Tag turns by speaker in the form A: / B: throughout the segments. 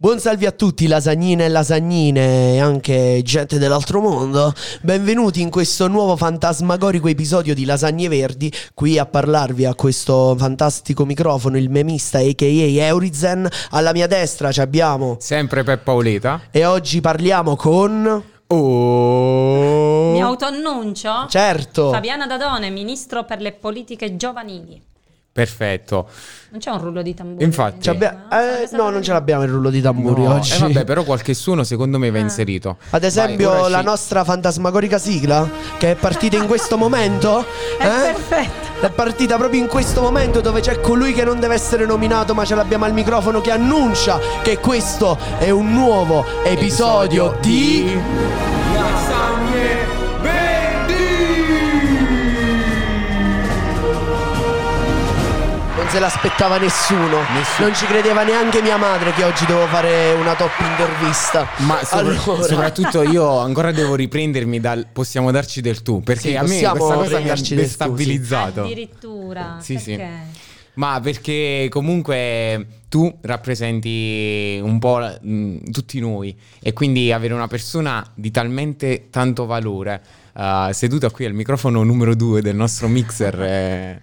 A: Buon salve a tutti, lasagnine e lasagnine e anche gente dell'altro mondo. Benvenuti in questo nuovo fantasmagorico episodio di Lasagne Verdi. Qui a parlarvi a questo fantastico microfono, il memista a.k.a. Eurizen. Alla mia destra ci abbiamo.
B: Sempre Peppa Oleta.
A: E oggi parliamo con.
B: Oh.
C: Mi autoannuncio?
A: Certo.
C: Fabiana Dadone, ministro per le politiche giovanili.
B: Perfetto.
C: Non c'è un rullo di tamburo.
B: Infatti.
A: Ci abbia- eh, no, non ce l'abbiamo il rullo di tamburi
B: No,
A: oggi.
B: eh, vabbè, però qualche suono secondo me va
C: Ah.
B: inserito.
A: Ad esempio,
B: Vai, ora
A: la
B: ci-
A: nostra fantasmagorica sigla che è partita in questo momento. eh?
C: È perfetta.
A: È partita proprio in questo momento dove c'è colui che non deve essere nominato, ma ce l'abbiamo al microfono che annuncia che questo è un nuovo episodio, di. Non se l'aspettava nessuno.
B: Nessuno.
A: Non ci credeva neanche mia madre che oggi devo fare una top intervista.
B: Ma sopra-
A: Allora.
B: soprattutto io ancora devo riprendermi dal possiamo darci del tu, perché
A: Sì,
B: a me
A: possiamo
B: questa cosa mi ha
A: prenderci del tu, sì.
B: destabilizzato.
C: Addirittura.
B: Sì, sì.
C: perché?
B: Ma perché comunque tu rappresenti un po' la- mh, tutti noi e quindi avere una persona di talmente tanto valore eh, seduta qui al microfono numero 2 del nostro mixer eh,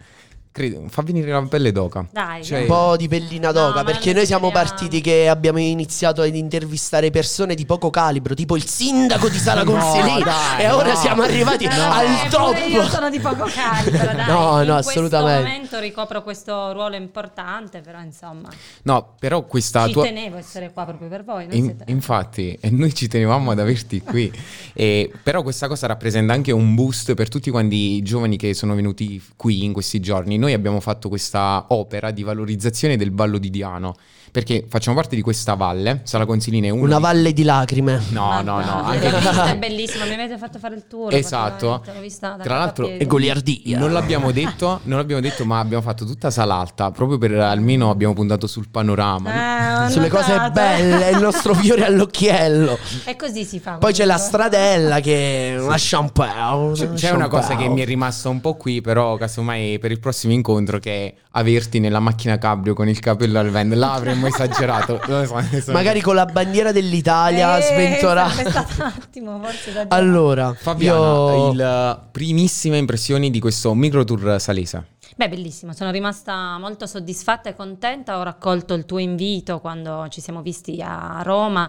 B: credo- fa venire la pelle d'oca.
C: Dai,
B: Cioè,
C: dai.
A: un po' di pellina
C: No,
A: d'oca
C: ma
A: perché
C: non
A: noi
C: ci
A: siamo
C: crediamo.
A: partiti che abbiamo iniziato ad intervistare persone di poco calibro tipo il sindaco di Sala
B: No,
A: Consilina
B: dai,
A: e ora
B: no.
A: siamo arrivati
B: No.
A: al
C: Eh, pure Io sono
A: top
C: di poco calibro, dai.
A: No, no,
C: In
A: assolutamente.
C: questo momento ricopro questo ruolo importante, però insomma,
B: No, però questa
C: ci
B: tua
C: tenevo a essere qua proprio per voi. non
B: In-
C: siete-
B: infatti, e noi ci tenevamo ad averti qui. E, però questa cosa rappresenta anche un boost per tutti quanti i giovani che sono venuti qui in questi giorni. Noi abbiamo fatto questa opera di valorizzazione del Vallo di Diano, perché facciamo parte di questa valle, Sala Consilina è una
A: una
B: di-
A: valle di lacrime
B: No, no, no,
C: Madonna,
B: anche
C: l'ho
B: lì.
C: vista, è bellissima, mi avete fatto fare il tour.
B: Esatto.
C: praticamente, l'ho vista da
B: Tra
C: capo a
B: l'altro-
C: piedi.
A: e goliardia
B: Non l'abbiamo detto, non l'abbiamo detto, ma abbiamo fatto tutta Salalta, proprio per almeno abbiamo puntato sul panorama.
C: Eh, ho
A: sulle cose
C: notato.
A: belle il nostro fiore all'occhiello
C: E così si fa.
A: poi c'è la
C: comunque.
A: stradella che è una champagne
B: C'è- C'è una cosa che mi è rimasta un po' qui, però casomai per il prossimo incontro che è averti nella macchina cabrio con il capello al vento. Là avremmo esagerato. Lo so, adesso-
A: magari con la bandiera dell'Italia
C: Eh, sarebbe
A: sventolata
C: stato Eh, un attimo, forse da
A: allora
B: Fabiana,
A: io
B: il primissime impressioni di questo micro tour salese.
C: Beh, bellissimo, sono rimasta molto soddisfatta e contenta. Ho raccolto il tuo invito quando ci siamo visti a Roma.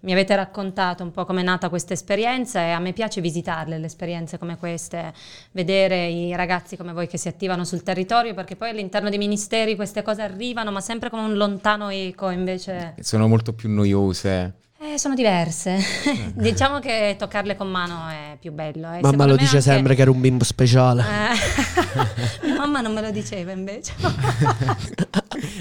C: Mi avete raccontato un po' com'è nata questa esperienza e a me piace visitarle le esperienze come queste, vedere i ragazzi come voi che si attivano sul territorio, perché poi all'interno dei ministeri queste cose arrivano, ma sempre come un lontano eco, invece
B: Sono molto più noiose.
C: eh, sono diverse. diciamo che toccarle con mano è più bello. eh.
A: Eh. mamma
C: Secondo
A: lo
C: me
A: dice
C: anche-
A: sempre che era un bimbo speciale
C: Eh, mia mamma non me lo diceva invece.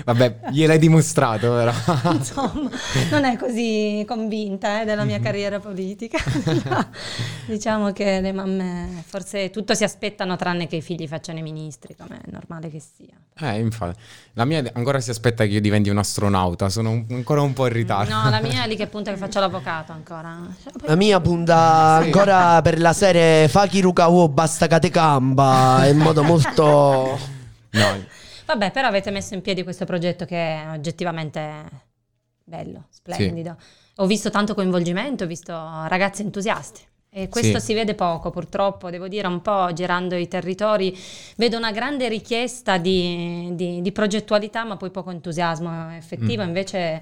B: Vabbè, gliel'hai dimostrato, però.
C: Insomma, non è così convinta eh, della
A: Mhm.
C: mia carriera politica. No. Diciamo che le mamme forse tutto si aspettano tranne che i figli facciano i ministri, come è normale che sia.
B: Eh, infatti. La mia ancora si aspetta che io diventi un astronauta. Sono un- ancora un po' in ritardo.
C: No, la mia è lì che punta che faccio l'avvocato ancora. Cioè,
A: La mia punta ancora per la serie Faki Rukawo basta che te camba in modo molto
B: No,
C: Vabbè, però avete messo in piedi questo progetto che è oggettivamente bello, splendido. Ho visto tanto coinvolgimento, ho visto ragazzi entusiasti. E questo
B: Sì.
C: si vede poco, purtroppo, devo dire, un po' girando i territori. Vedo una grande richiesta di, di- di progettualità, ma poi poco entusiasmo effettivo.
B: Mm.
C: Invece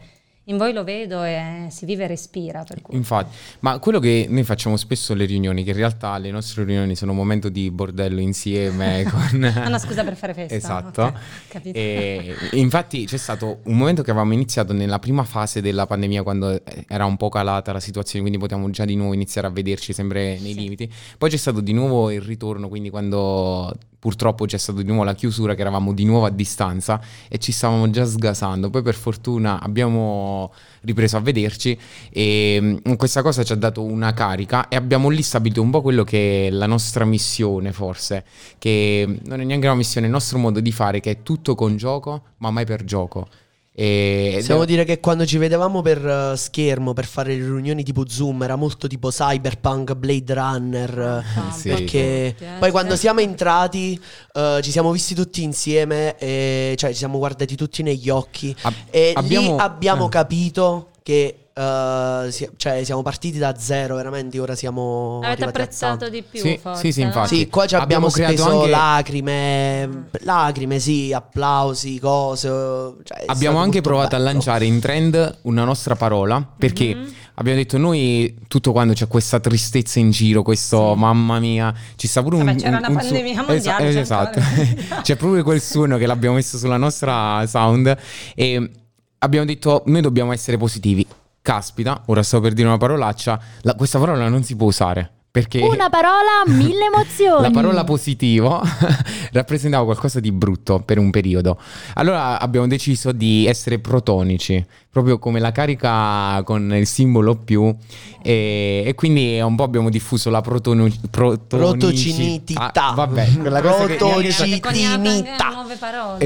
C: in voi lo vedo e si vive e respira. Per cui.
B: Infatti, ma quello che noi facciamo spesso alle riunioni, che in realtà le nostre riunioni sono un momento di bordello insieme con...
C: Ah, no, scusa per fare festa.
B: Esatto.
C: Ok, capito.
B: E infatti c'è stato un momento che avevamo iniziato nella prima fase della pandemia quando eh, era un po' calata la situazione, quindi potevamo già di nuovo iniziare a vederci sempre nei
C: Sì.
B: limiti. Poi c'è stato di nuovo il ritorno, quindi quando purtroppo c'è stata di nuovo la chiusura che eravamo di nuovo a distanza e ci stavamo già sgasando. Poi per fortuna abbiamo ripreso a vederci e mh, questa cosa ci ha dato una carica e abbiamo lì stabilito un po' quello che è la nostra missione forse, che non è neanche una missione, è il nostro modo di fare che è tutto con gioco ma mai per gioco. E, ed è-
A: Possiamo dire che quando ci vedevamo per eh, schermo per fare le riunioni tipo Zoom era molto tipo Cyberpunk, Blade Runner eh,
C: Ah,
B: Sì.
A: Perché
C: tutti, eh,
A: poi quando
C: certo.
A: siamo entrati eh, ci siamo visti tutti insieme, e, cioè ci siamo guardati tutti negli occhi
B: ab-
A: e lì
B: abbiamo-
A: abbiamo
B: eh.
A: capito che eh, si- cioè, siamo partiti da zero, veramente ora siamo... arrivati
C: Avete
A: a
C: apprezzato
A: tanto.
C: di più,
B: Sì,
C: forse. eh?
B: sì, sì,
C: no?
B: infatti.
A: Sì, qua ci abbiamo,
B: Abbiamo creato
A: speso
B: anche-
A: lacrime, lacrime, sì, applausi, cose. cioè, è stato
B: Abbiamo anche
A: tutto
B: provato a
A: bello.
B: lanciare in trend una nostra parola perché
C: Mhm.
B: abbiamo detto noi tutto quando c'è questa tristezza in giro, questo
C: Sì.
B: mamma mia, ci sta pure un...
C: Vabbè, c'era
B: un-
C: una
B: un
C: pandemia mondiale,
B: Esa-
C: c'è
B: esatto,
C: ancora.
B: c'è proprio quel suono che l'abbiamo messo sulla nostra sound e abbiamo detto noi dobbiamo essere positivi. Caspita, ora sto per dire una parolaccia, la- questa parola non si può usare perché...
D: Una parola, mille emozioni.
B: La parola positivo rappresentava qualcosa di brutto per un periodo. Allora abbiamo deciso di essere protonici, proprio come la carica con il simbolo più. E, e quindi un po' abbiamo diffuso la protonu- protonici-
A: Protocinitità.
B: Ah, vabbè, quella cosa che-
A: Protonici-
C: Avete coniato anche
A: Citinita.
C: nuove parole.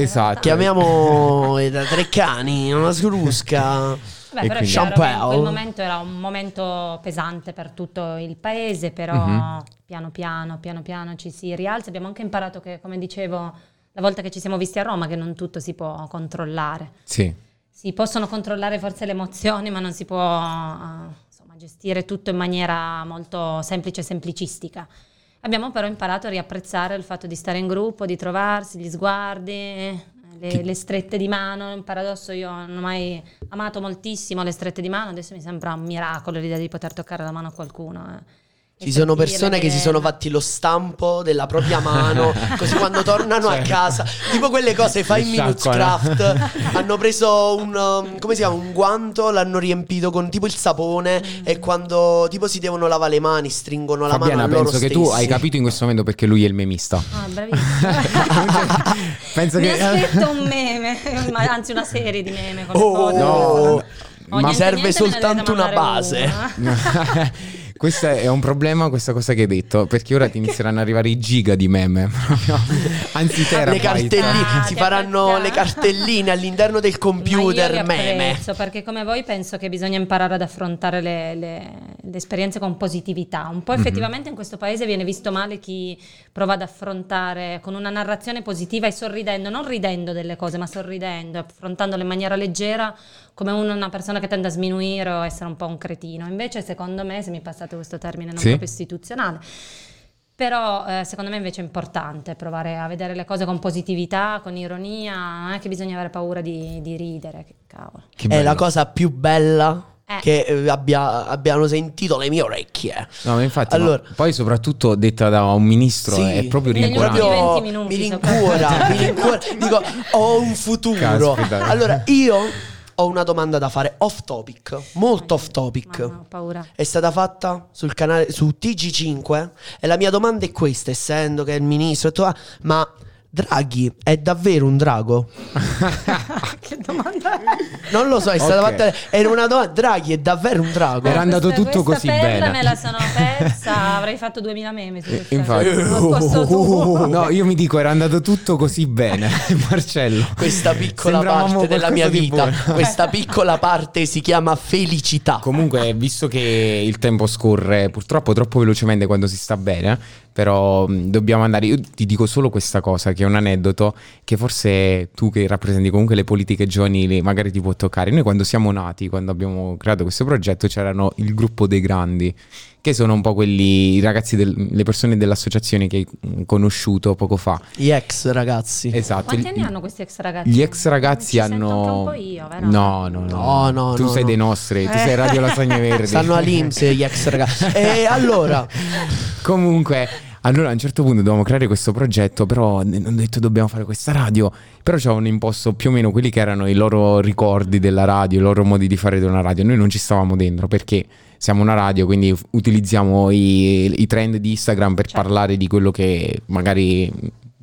B: Esatto.
C: in realtà.
A: Chiamiamo eh, da tre cani, una sgrusca.
C: Vabbè,
B: E
C: però è
B: quindi-
C: chiaro che in
A: Champel.
C: quel momento era un momento pesante per tutto il paese, però
B: Mhm.
C: piano piano, piano piano ci si rialza. Abbiamo anche imparato che, come dicevo, la volta che ci siamo visti a Roma, che non tutto si può controllare.
B: Sì.
C: Si possono controllare forse le emozioni, ma non si può eh, insomma, gestire tutto in maniera molto semplice e semplicistica. Abbiamo però imparato a riapprezzare il fatto di stare in gruppo, di trovarsi, gli sguardi, eh, le,
B: Che-
C: le strette di mano. È un paradosso, io non ho mai amato moltissimo le strette di mano, adesso mi sembra un miracolo l'idea di poter toccare la mano a qualcuno. eh. E
A: Ci sono
C: sentirle,
A: persone che si
C: vedere-
A: sono fatti lo stampo della propria mano, così quando tornano a
B: Certo.
A: casa, tipo quelle cose fai in
B: Le
A: Minutes
B: sciacquano.
A: Craft, hanno preso un, um, come si chiama, un guanto, l'hanno riempito con tipo il sapone e quando tipo si devono lavare le mani stringono la
B: Fabiana,
A: mano a loro
B: penso che
A: stessi.
B: tu hai capito in questo momento perché lui è il memista.
C: Ah, bravissimo.
B: Penso
C: Mi
B: che-
C: aspetto un meme, ma anzi una serie di meme con le
A: Oh,
C: foto.
A: no.
C: Oh,
A: Ma
C: niente,
A: serve
C: niente, me ne
A: soltanto
C: dovete
A: una
C: mandare
A: base.
C: una.
B: Questo è un problema, questa cosa che hai detto, perché ora ti inizieranno ad arrivare i giga di meme, proprio. anzi
A: le
B: terabyte.
A: cartelline,
C: Ah,
A: si
C: ti
A: faranno
C: apprezzano.
A: le cartelline all'interno del
C: Ma
A: computer
C: io li
A: meme.
C: apprezzo, perché come voi penso che bisogna imparare ad affrontare le, le- le esperienze con positività. Un po'
B: Mhm.
C: effettivamente in questo paese viene visto male chi prova ad affrontare con una narrazione positiva e sorridendo, non ridendo delle cose, ma sorridendo, affrontandole in maniera leggera, come un- una persona che tende a sminuire o essere un po' un cretino. Invece, secondo me, se mi passate questo termine non
B: Sì.
C: proprio istituzionale, però eh, secondo me invece è importante provare a vedere le cose con positività, con ironia, non è che bisogna avere paura di, di ridere, che cavolo.
B: Che
A: È la
B: bello.
A: cosa più bella
C: Eh.
A: che eh, abbia- abbiano sentito le mie orecchie.
B: No, ma infatti, ma
A: Allora-
B: poi soprattutto detta da un ministro
A: Sì,
B: è proprio
C: negli
B: rincuorante.
C: ultimi
A: Proprio
C: 20 minuti,
A: mi rincuora, mi rincuora. Dico, ho un futuro.
B: Caspita.
A: Allora, io ho una domanda da fare off topic, molto off
C: Mamma, ho
A: topic.
C: paura.
A: È stata fatta sul canale su TG5 e la mia domanda è questa, essendo che è il ministro, e tutto, ah, ma Draghi è davvero un drago? Ah,
C: che domanda è?
A: Non lo so, è stata
B: Ok.
A: fatta era una domanda, Draghi è davvero un drago? eh.
B: Era andato
C: Questa-
B: tutto
C: questa
B: così
C: perla
B: bene. Eh,
C: me la sono persa, avrei fatto 2000 meme su questa.
B: Infatti.
C: Al posto tuo.
B: No, io mi dico, era andato tutto così bene, Marcello.
A: Questa piccola
B: Sembravamo
A: parte della mia
B: qualcosa di
A: vita,
B: buono.
A: questa piccola parte si chiama felicità.
B: Comunque, visto che il tempo scorre purtroppo troppo velocemente quando si sta bene, però mh, dobbiamo andare. Io ti dico solo questa cosa, che è un aneddoto che forse tu che rappresenti comunque le politiche giovanili magari ti può toccare. Noi quando siamo nati, quando abbiamo creato questo progetto, c'erano il gruppo dei grandi, che sono un po' quelli, i ragazzi, del- le persone dell'associazione che hai mh, conosciuto poco fa.
A: Gli ex ragazzi.
B: Esatto.
C: Quanti
B: il-
C: anni hanno questi ex ragazzi?
B: Gli ex ragazzi
C: Ci sento
B: hanno...
C: anche un po' io, vero?
B: No, no,
A: No,
B: no.
A: no,
B: tu
A: no,
B: sei
A: no.
B: dei nostri, tu sei
C: Eh.
B: Radio Lasagne Verdi.
A: Stanno all'Inps gli ex ragazzi. E allora,
B: Comunque, allora a un certo punto dovevamo creare questo progetto, però n- hanno detto dobbiamo fare questa radio, però ci avevano imposto più o meno quelli che erano i loro ricordi della radio, i loro modi di fare di una radio. Noi non ci stavamo dentro perché siamo una radio, quindi f- utilizziamo i, i trend di Instagram per
C: Certo.
B: parlare di quello che magari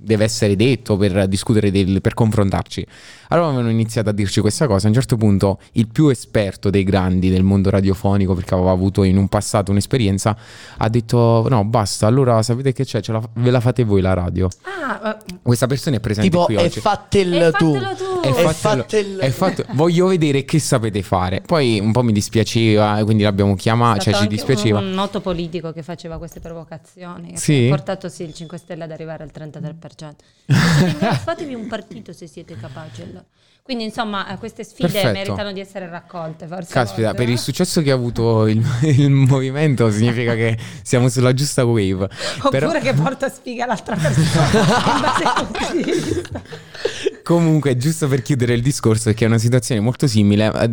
B: deve essere detto, per discutere, del- per confrontarci. Allora avevano iniziato a dirci questa cosa. A un certo punto il più esperto dei grandi del mondo radiofonico, perché aveva avuto in un passato un'esperienza, ha detto no basta, allora sapete che c'è, Ce la- ve la fate voi la radio.
C: Ah, eh,
B: Questa persona è presente
A: tipo,
B: qui
A: è
B: oggi.
A: fattel
C: e
A: tu.
C: fatelo tu.
B: E
A: È
B: fatelo-
A: fattel-
B: e fatto- voglio vedere che sapete fare. Poi un po' mi dispiaceva, quindi l'abbiamo chiamata, cioè
C: stato
B: ci
C: anche
B: dispiaceva.
C: Un, un noto politico che faceva queste provocazioni.
B: Sì?
C: Che ha portato sì il 5 Stelle ad arrivare al 33%. Fatevi un partito se siete capaci. allora. Quindi insomma eh, queste sfide
B: Perfetto.
C: meritano di essere raccolte forse.
B: Caspita,
C: volte,
B: per
C: no?
B: il successo che ha avuto il, il movimento significa che siamo sulla giusta wave.
C: Oppure
B: Però-
C: che porta sfiga l'altra persona. in base ai punti di vista.
B: Comunque, giusto per chiudere il discorso, perché è una situazione molto simile, eh,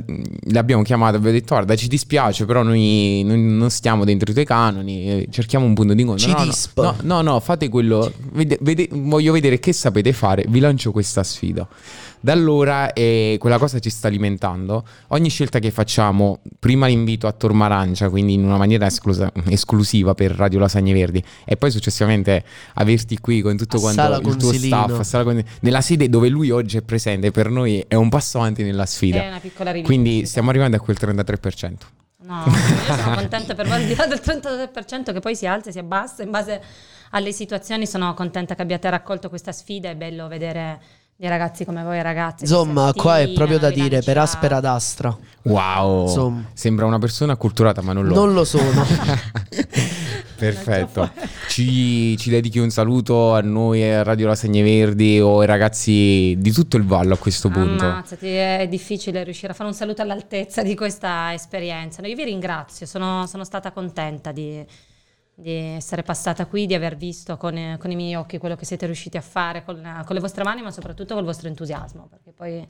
B: l'abbiamo chiamata, abbiamo detto, guarda, ci dispiace, però noi non, non stiamo dentro i tuoi canoni, eh, cerchiamo un punto di incontro.
A: Ci
B: no, no,
A: dispo.
B: No, no, no, fate quello, vede- vede- voglio vedere che sapete fare, vi lancio questa sfida. Da allora eh, quella cosa ci sta alimentando. Ogni scelta che facciamo, prima l'invito a Tormarancia, quindi in una maniera esclusa- esclusiva per Radio Lasagne Verdi, e poi successivamente averti qui con tutto
A: A
B: quanto
A: Sala
B: il tuo
A: Consilino.
B: staff, a Sala Con- nella sede dove lui oggi è presente, per noi è un passo avanti nella
C: È
B: sfida.
C: una piccola rivincita.
B: Quindi stiamo arrivando a quel 33%.
C: No, io sono contenta per voi, al di là del 33% che poi si alza e si abbassa in base alle situazioni. Sono contenta che abbiate raccolto questa sfida. È bello vedere dei ragazzi come voi, ragazzi.
A: Insomma, qua è proprio da dire per aspera d'astra.
B: Wow!
A: Insomma.
B: Sembra una persona acculturata, ma non lo è.
A: Non lo sono.
B: Perfetto. Ci, ci dedichi un saluto a noi, a Radio Lasagne Verdi o ai ragazzi di tutto il vallo a questo punto.
C: Ammazzati, è difficile riuscire a fare un saluto all'altezza di questa esperienza. No, io vi ringrazio, sono, sono stata contenta di, di essere passata qui, di aver visto con, eh, con i miei occhi quello che siete riusciti a fare con, eh, con le vostre mani, ma soprattutto col vostro entusiasmo, perché poi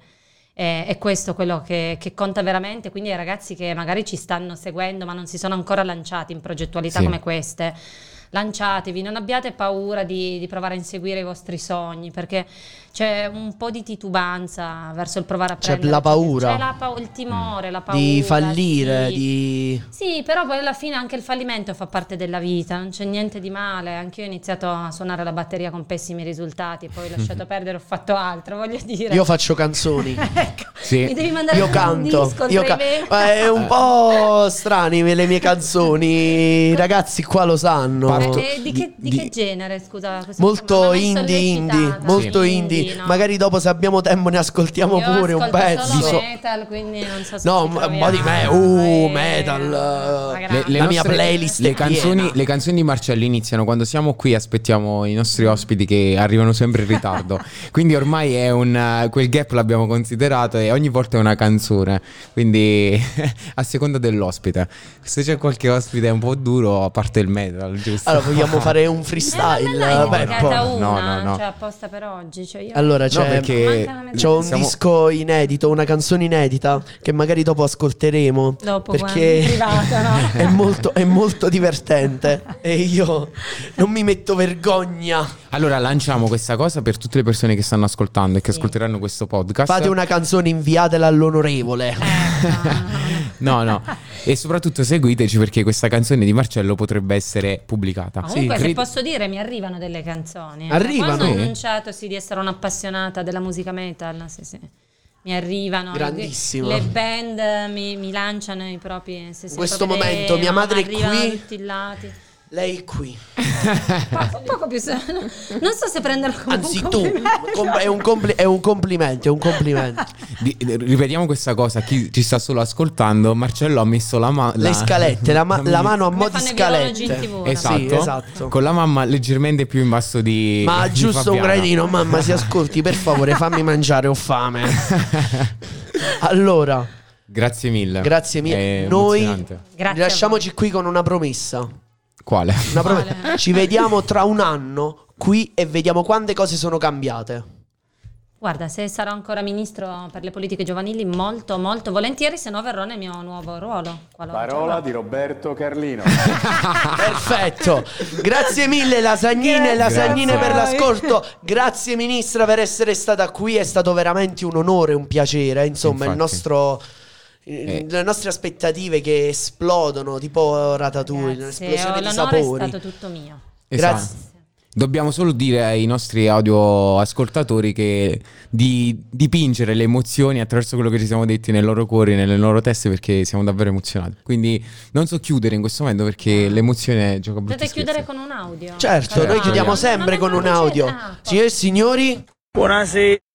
C: eh, è questo quello che, che conta veramente. Quindi ai ragazzi che magari ci stanno seguendo, ma non si sono ancora lanciati in progettualità
B: Sì.
C: come queste. Lanciatevi, non abbiate paura di, di provare a inseguire i vostri sogni, perché c'è un po' di titubanza verso il provare a
A: C'è
C: prendere.
A: la paura. Mm.
C: C'è la pau- il timore, la paura.
A: di fallire,
C: sì.
A: di...
C: Sì, però poi alla fine anche il fallimento fa parte della vita, non c'è niente di male. Anch'io ho iniziato a suonare la batteria con pessimi risultati, poi ho lasciato perdere, ho fatto altro, voglio dire.
A: Io faccio canzoni.
C: ecco,
B: Sì.
C: mi devi mandare
A: Io
C: un
A: canto,
C: disco
A: io
C: tra
A: ca-
C: i venti.
A: Eh, è un po' strani le mie canzoni, i ragazzi qua lo sanno.
B: Parto-
C: Eh, di, che, di
B: di-
C: che genere, scusa? questo
A: Molto
C: non è
A: indie,
C: sollecitata.
A: indie, molto
C: Sì.
A: indie.
C: no.
A: Magari dopo se abbiamo tempo ne ascoltiamo
C: Io
A: pure un
C: ascolto
A: pezzo.
C: Solo metal, quindi non so se
A: No,
C: ci
A: m-
C: troviamo.
A: body me- uh, metal,
C: Eh,
A: eh,
C: magari.
A: le- La mia playlist
B: le
A: è
B: canzoni,
A: piena.
B: le canzoni di Marcello iniziano quando siamo qui aspettiamo i nostri ospiti che arrivano sempre in ritardo quindi ormai è un eh, quel gap l'abbiamo considerato e ogni volta è una canzone quindi a seconda dell'ospite se c'è qualche ospite un po' duro a parte il metal giusto
A: Allora vogliamo fare un
C: Eh,
A: freestyle,
C: ma me l'hai
B: vabbè,
A: Beppo?
C: indicata
B: poi-
C: una,
B: no, no, no.
C: cioè apposta per oggi, cioè io-
A: Allora c'è
B: no perché
C: Manca la metà.
A: C'ho un
B: siamo-
A: disco inedito, una canzone inedita che magari dopo ascolteremo.
C: Dopo,
A: perché
C: guarda, in privato, no?
A: è, molto, è molto divertente. e io non mi metto vergogna.
B: allora lanciamo questa cosa per tutte le persone che stanno ascoltando e che
C: Sì.
B: ascolteranno questo podcast
A: Fate una canzone, inviatela all'onorevole.
C: Ecco, no,
B: No,
C: no, no.
B: no. E soprattutto seguiteci perché questa canzone di Marcello potrebbe essere pubblicata.
C: Ma Comunque,
B: Sì,
C: se
B: cred-
C: posso dire, mi arrivano delle canzoni. eh.
A: Arrivano? eh.
C: Quando ho
B: Sì.
C: annunciato sì, di essere un'appassionata della musica metal, sì, sì. Mi arrivano
A: Grandissimo.
C: le band, eh, mi, mi lanciano i propri. sì, sì,
A: In questo
C: i propri
A: momento
C: tema,
A: mia madre è qui.
C: arrivano da tutti i lati.
A: Lei qui.
C: Pa- un poco più se- Non so se prenderlo come
A: Anzi,
C: un
A: tu.
C: complimento.
A: Com- è, un compli- è un complimento, è un complimento.
B: di- eh, ripetiamo questa cosa a chi ci sta solo ascoltando. Marcello ha messo la mano.
A: Le scalette, la, ma- la mano a
C: Come
A: mo' di
C: fanno i virologi in
A: scalette.
C: TV, no?
B: Esatto.
A: Sì, esatto.
B: Con la mamma leggermente più in basso di.
A: Ma
B: di
A: giusto un
B: Fabiana.
A: gradino, mamma, si ascolti, per favore, fammi mangiare, ho fame. Allora,
B: Grazie mille.
A: Grazie mille.
B: È
A: Noi-
B: emozionante.
C: Grazie.
A: lasciamoci qui con una promessa.
B: Quale? Esatto.
A: Una prom-
C: Quale?
A: Ci vediamo tra un anno qui e vediamo quante cose sono cambiate.
C: Guarda, se sarò ancora ministro per le politiche giovanili, molto, molto volentieri, se no verrò nel mio nuovo ruolo. qualora-
E: Parola di Roberto Carlino.
A: Perfetto. Grazie mille lasagnine e lasagnine
B: Grazie.
A: per l'ascolto. Grazie ministra per essere stata qui, è stato veramente un onore, un piacere, insomma, il
B: Infatti.
A: nostro
B: Eh.
A: le nostre aspettative che esplodono tipo ratatouille,
C: Grazie,
A: un'esplosione di
C: l'onore è
A: sapori.
C: stato tutto mio.
B: Esatto.
A: Grazie.
B: Dobbiamo solo dire ai nostri audioascoltatori che di dipingere le emozioni attraverso quello che ci siamo detti nei loro cuori, nelle loro teste, perché siamo davvero emozionati. Quindi non so chiudere in questo momento perché l'emozione gioca brutto.
C: Potete chiudere con un audio?
A: Certo,
B: Certo,
A: noi chiudiamo
B: vogliamo.
C: ah,
A: sempre con un audio.
C: Sì.
A: Signore e signori,
F: Buonasera.